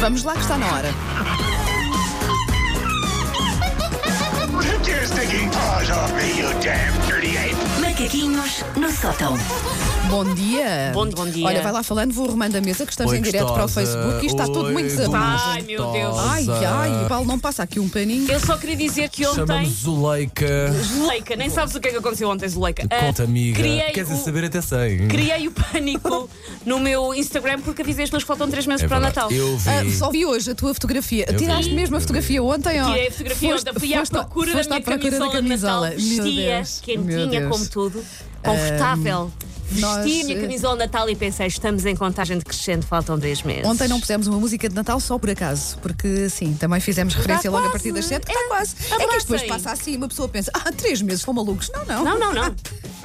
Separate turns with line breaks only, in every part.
Vamos lá que está na hora.
Take your stinking paws off me, you damn dirty ape!
Macaquinhos no sótão.
Bom dia.
Bom- bom dia.
Olha, vai lá falando, vou arrumando a mesa que estamos
Oi,
em direto para o
gostosa.
Facebook e está tudo
Oi,
muito desabafado.
Ai, meu Deus.
Ai, ai, Paulo, não passa aqui um paninho.
Eu só queria dizer que
Chama-me
ontem.
Zuleika.
Zuleika, nem sabes o que é que aconteceu ontem, Zuleika. Ah,
Conta, amiga.
Criei
Quer dizer,
o,
saber até sei.
criei o pânico no meu Instagram porque avisei as pessoas que faltam 3 meses
É
para o
verdade.
Natal.
Eu vi.
Ah, só vi hoje a tua fotografia.
vi.
Tiraste mesmo a
Eu
fotografia ontem, ó.
Tirei a fotografia
Foste-
ontem, fui à
foste-
procura da
foste
minha
à procura
camisola,
da camisola.
de Natal.
Meu
Vestia,
Deus, meu
quentinha
Deus.
como tudo, confortável. Vesti
nós,
a minha
eh,
camisola de Natal e pensei, estamos em contagem decrescente, faltam 3 meses.
Ontem não pusemos uma música de Natal só por acaso, porque sim, também fizemos referência logo a
quase.
partir das 7, que está
É,
quase. É que
abracem.
isto depois passa assim, uma pessoa pensa, ah, três meses, foram malucos. Não, não.
Não, não, não.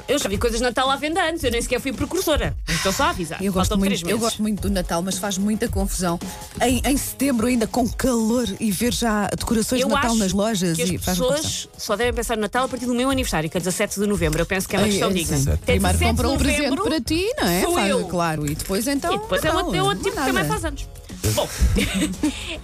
Eu já vi coisas de Natal à venda antes, eu nem sequer fui precursora. Estou só a avisar.
Eu gosto,
faltam três
muito, eu
meses.
gosto muito do Natal, mas faz muita confusão. Em, em setembro, ainda com calor, e ver já decorações
Eu
de Natal
acho
nas lojas.
que as
e faz
pessoas só devem pensar no Natal a partir do meu aniversário, que é 17 de novembro. Eu penso que é uma questão digna. Até
Primeiro
17
compra
de
um presente
novembro,
para ti, não é?
sou
Faz-
eu.
Claro, e depois então.
E depois é
Natal,
outro, é outro
não
tipo que também
nada.
faz anos. Bom,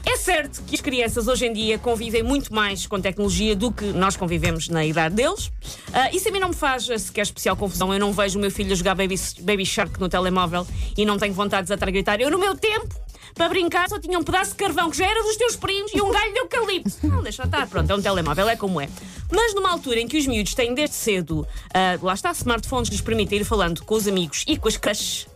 é certo que as crianças hoje em dia convivem muito mais com tecnologia do que nós convivemos na idade deles. Ah, isso a mim não me faz ah, sequer especial confusão. Eu não vejo o meu filho a jogar Baby, Baby Shark no telemóvel e não tenho vontade de desatar a gritar. Eu, no meu tempo, para brincar, só tinha um pedaço de carvão que já era dos teus primos e um galho de eucalipto. Não, deixa estar. Pronto, é um telemóvel, é como é. Mas numa altura em que os miúdos têm desde cedo, ah, lá está, smartphones que lhes permitem ir falando com os amigos e com as crushes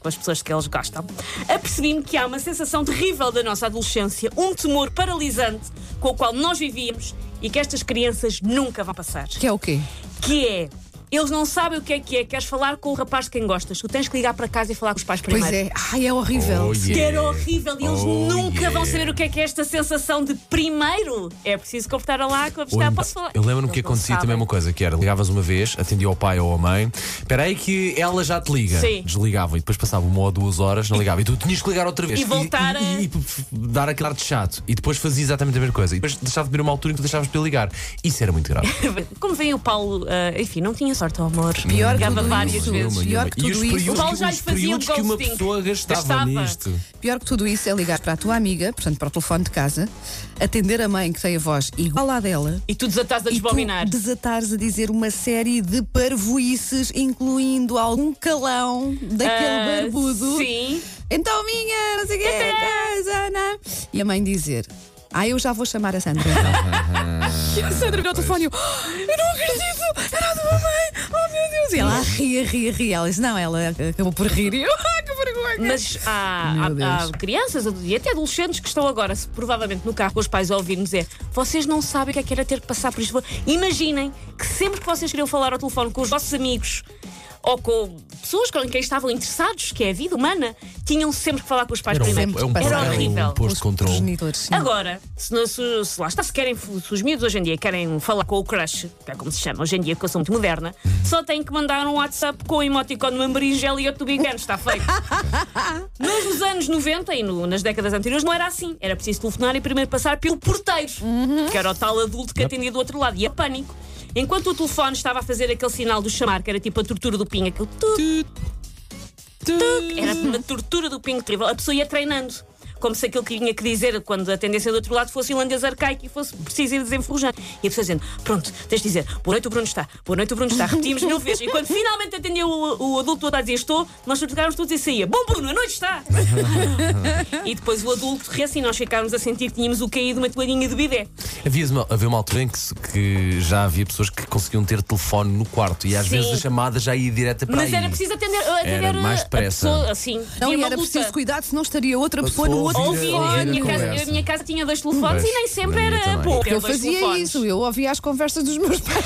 com as pessoas que eles gostam, apercebi-me que há uma sensação terrível da nossa adolescência, um temor paralisante com o qual nós vivíamos e que estas crianças nunca vão passar.
Que é o quê?
Que é. Eles não sabem o que é que é. Queres falar com o rapaz de quem gostas? Tu tens que ligar para casa e falar com os pais primeiro.
Pois é, ai, é horrível.
Oh, yeah.
Que era horrível e eles
Oh,
nunca
yeah.
vão saber o que é que é esta sensação de primeiro. É preciso confortar a lá com a
Ou
pessoa.
então-
Posso falar?
Eu lembro-me
Eles
que
não
acontecia
sabem.
também uma coisa, que era ligavas uma vez, atendia ao pai ou à mãe, espera aí que ela já te liga.
Sim.
Desligava e depois passava uma ou duas horas, não ligava. E tu tinhas que ligar outra vez.
E voltar
e,
a-
e- e f- dar aquele ar de chato. E depois fazia exatamente a mesma coisa. E depois deixava de vir uma altura em que tu deixavas para ele ligar. Isso era muito grave.
Como vem o Paulo, ah, enfim, não tinha sorte ao amor.
Pior que
Ligava
tudo
várias
isso.
vezes.
Pior que
e
tudo
os
isso.
períodos,
O Paulo já
os
lhe fazia
períodos
um
que uma
ghosting.
pessoa gastava,
Gastava.
nisto.
Pior que tudo isso é ligar para a tua amiga, portanto, para o telefone de casa, atender a mãe que tem a voz igual à dela.
E tu desatás a
E
desbobinar.
tu desatares a dizer uma série de parvoices, incluindo algum calão daquele
Ah,
barbudo.
Sim.
Então, minha, não sei o quê, tá, Zana. E a mãe dizer: Ah, eu já vou chamar a Sandra. então." e a Sandra
Ah,
no telefone: "Oh, Eu não acredito, era a tua mãe, oh meu Deus. E ela ria, ria, ria. Ela disse: Não, ela acabou por rir. E eu, ah, que vergonha.
Mas há,
Meu
há-
Deus.
há crianças e até adolescentes que estão agora, se- provavelmente no carro com os pais a ouvir-nos, é vocês não sabem o que é que era ter que passar por isto. Imaginem que sempre que vocês queriam falar ao telefone com os vossos amigos ou com pessoas com quem estavam interessados, que é a vida humana, tinham sempre que falar com os pais
Era um,
primeiro.
é um,
Era
era
horrível.
um posto de
Os
controle.
progenitores, sim.
Agora, se, não- se- se lá está, se, querem, se os miúdos hoje em dia querem falar com o crush, que é como se chama hoje em dia, que eu sou muito moderna, só têm que mandar um WhatsApp com o emoticon de uma berinjela e outro do Big Ben, está feito. Mas nos anos 90 e no- nas décadas anteriores não era assim. Era preciso telefonar e primeiro passar pelo porteiro, que era o tal adulto que atendia do outro lado, e é pânico. Enquanto o telefone estava a fazer aquele sinal do chamar, que era tipo a tortura do pinho, aquele tu, era
Uhum.
uma tortura do pingo terrível. A pessoa ia treinando. Como se aquilo que tinha que dizer quando a tendência do outro lado fosse um holandês arcaico e fosse preciso ir desenferrujar. E a pessoa dizendo: Pronto, tens de dizer, boa noite o Bruno está, boa noite o Bruno está. Repetimos mil vezes. E quando finalmente atendia o, o adulto todo a dizer estou, nós trocávamos todos e saía: Bom Bruno, a noite está. e depois o adulto ria-se e nós ficávamos a sentir que tínhamos o caído uma toalhinha de bidé.
Havia uma, havia uma altura em que, se- que já havia pessoas que conseguiam ter telefone no quarto e às
Sim.
vezes a chamada já ia direta para
Mas
aí.
era preciso atender, atender
Era mais
a- a
depressa.
pessoa assim.
Não,
tinha
e
uma
era
luta.
preciso cuidar, senão estaria outra pessoa no outro
Ouvir,
Ouvia,
ouvir
a,
telefone.
minha
conversa.
casa, a minha casa tinha dois telefones
Pois,
e nem sempre
a minha
era
também.
bom.
Eu fazia isso, eu ouvia as conversas dos meus pais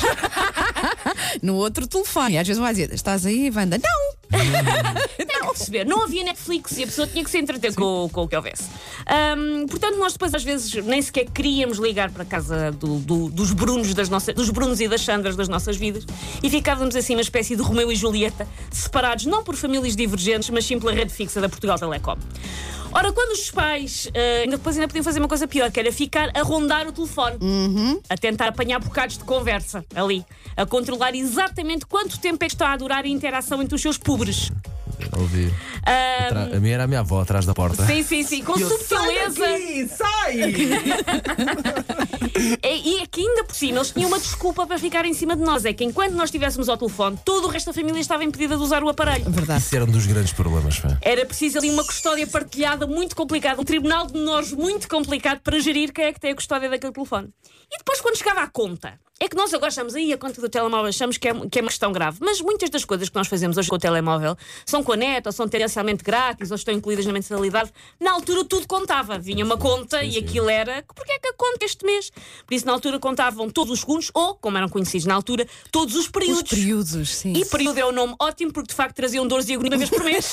no outro telefone. E às vezes vai dizer: Estás aí, Wanda? Não!
Não. perceber. Não havia Netflix e a pessoa tinha que se entreter com, com o que houvesse. Ahm, portanto, nós depois às vezes nem sequer queríamos ligar para a casa do- do- dos, Brunos das nossas, dos Brunos e das Sandras das nossas vidas e ficávamos assim uma espécie de Romeu e Julieta, separados não por famílias divergentes, mas sim pela rede fixa da Portugal Telecom. Ora, quando os pais ah, ainda depois ainda podiam fazer uma coisa pior, que era ficar a rondar o telefone, a tentar apanhar bocados de conversa ali, a controlar exatamente quanto tempo é que está a durar a interação entre os seus pobres.
a ouvir.
Ah,
Tra- A minha era a minha avó atrás da porta.
sim, sim, sim, com subtileza.
Sai! sai!
E, e é que ainda por cima eles tinham uma desculpa para ficar em cima de nós. É que enquanto nós estivéssemos ao telefone, todo o resto da família estava impedida de usar o aparelho.
Verdade.
Isso era um dos grandes problemas, pá.
Era preciso ali uma custódia partilhada muito complicada, um tribunal de menores muito complicado para gerir quem é que tem a custódia daquele telefone. E depois, quando chegava à conta, é que nós agora achamos aí a conta do telemóvel, achamos que é, que é uma questão grave. Mas muitas das coisas que nós fazemos hoje com o telemóvel são com a net, ou são tendencialmente grátis, ou estão incluídas na mensalidade. Na altura tudo contava. Vinha uma conta e aquilo era. Porquê é que a conta este mês? Por isso, na altura contavam todos os segundos, ou, como eram conhecidos na altura, todos os
Os
períodos.
períodos, sim.
E período é um nome ótimo porque de facto traziam dores e agonia uma vez por mês.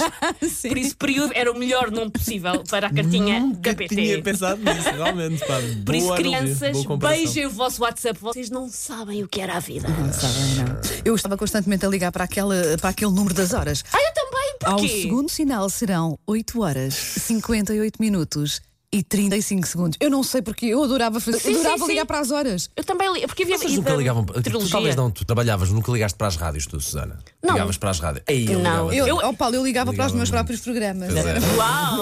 Sim.
Por isso, período era o melhor nome possível para a cartinha da PT.
Tinha pensado nisso, realmente. Pá.
é Por isso,
Boa analogia,
crianças,
boa comparação.
beijem o vosso WhatsApp. Vocês não sabem o que era a vida.
Não sabem, não. Eu estava constantemente a ligar para, aquela, para aquele número das horas.
Ah, eu também,
Ao
porquê?
um segundo sinal serão 8 horas, 58 minutos e 35 segundos. Eu não sei porque eu adorava fazer.
Sim,
adorava
sim, sim.
ligar para as horas.
Eu também li, porque havia
Vocês
e
nunca
da
ligavam. tipo, Tu
trilogia.
talvez não, tu trabalhavas, nunca ligaste para as rádios, tu, Susana.
Não.
Ligavas para as rádios. Aí eu
Não.
ligava.
Eu,
Eu-
oh, Paulo, eu ligava para os
Ligava
meus
muito.
próprios programas.
Pois é.
Uau!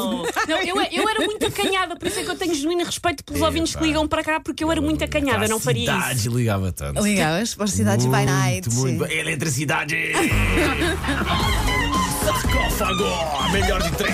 Não, eu, é- eu era muito acanhada, por isso é que eu tenho genuíno respeito pelos
Epá.
ouvintes que ligam para cá, porque eu era muito acanhada, não faria
Para a
isso.
cidade ligava tanto.
Ligavas para as cidades by night.
é. Muito, muito.
sim.
bem. Eletricidade!
Sarcófago, melhor de três.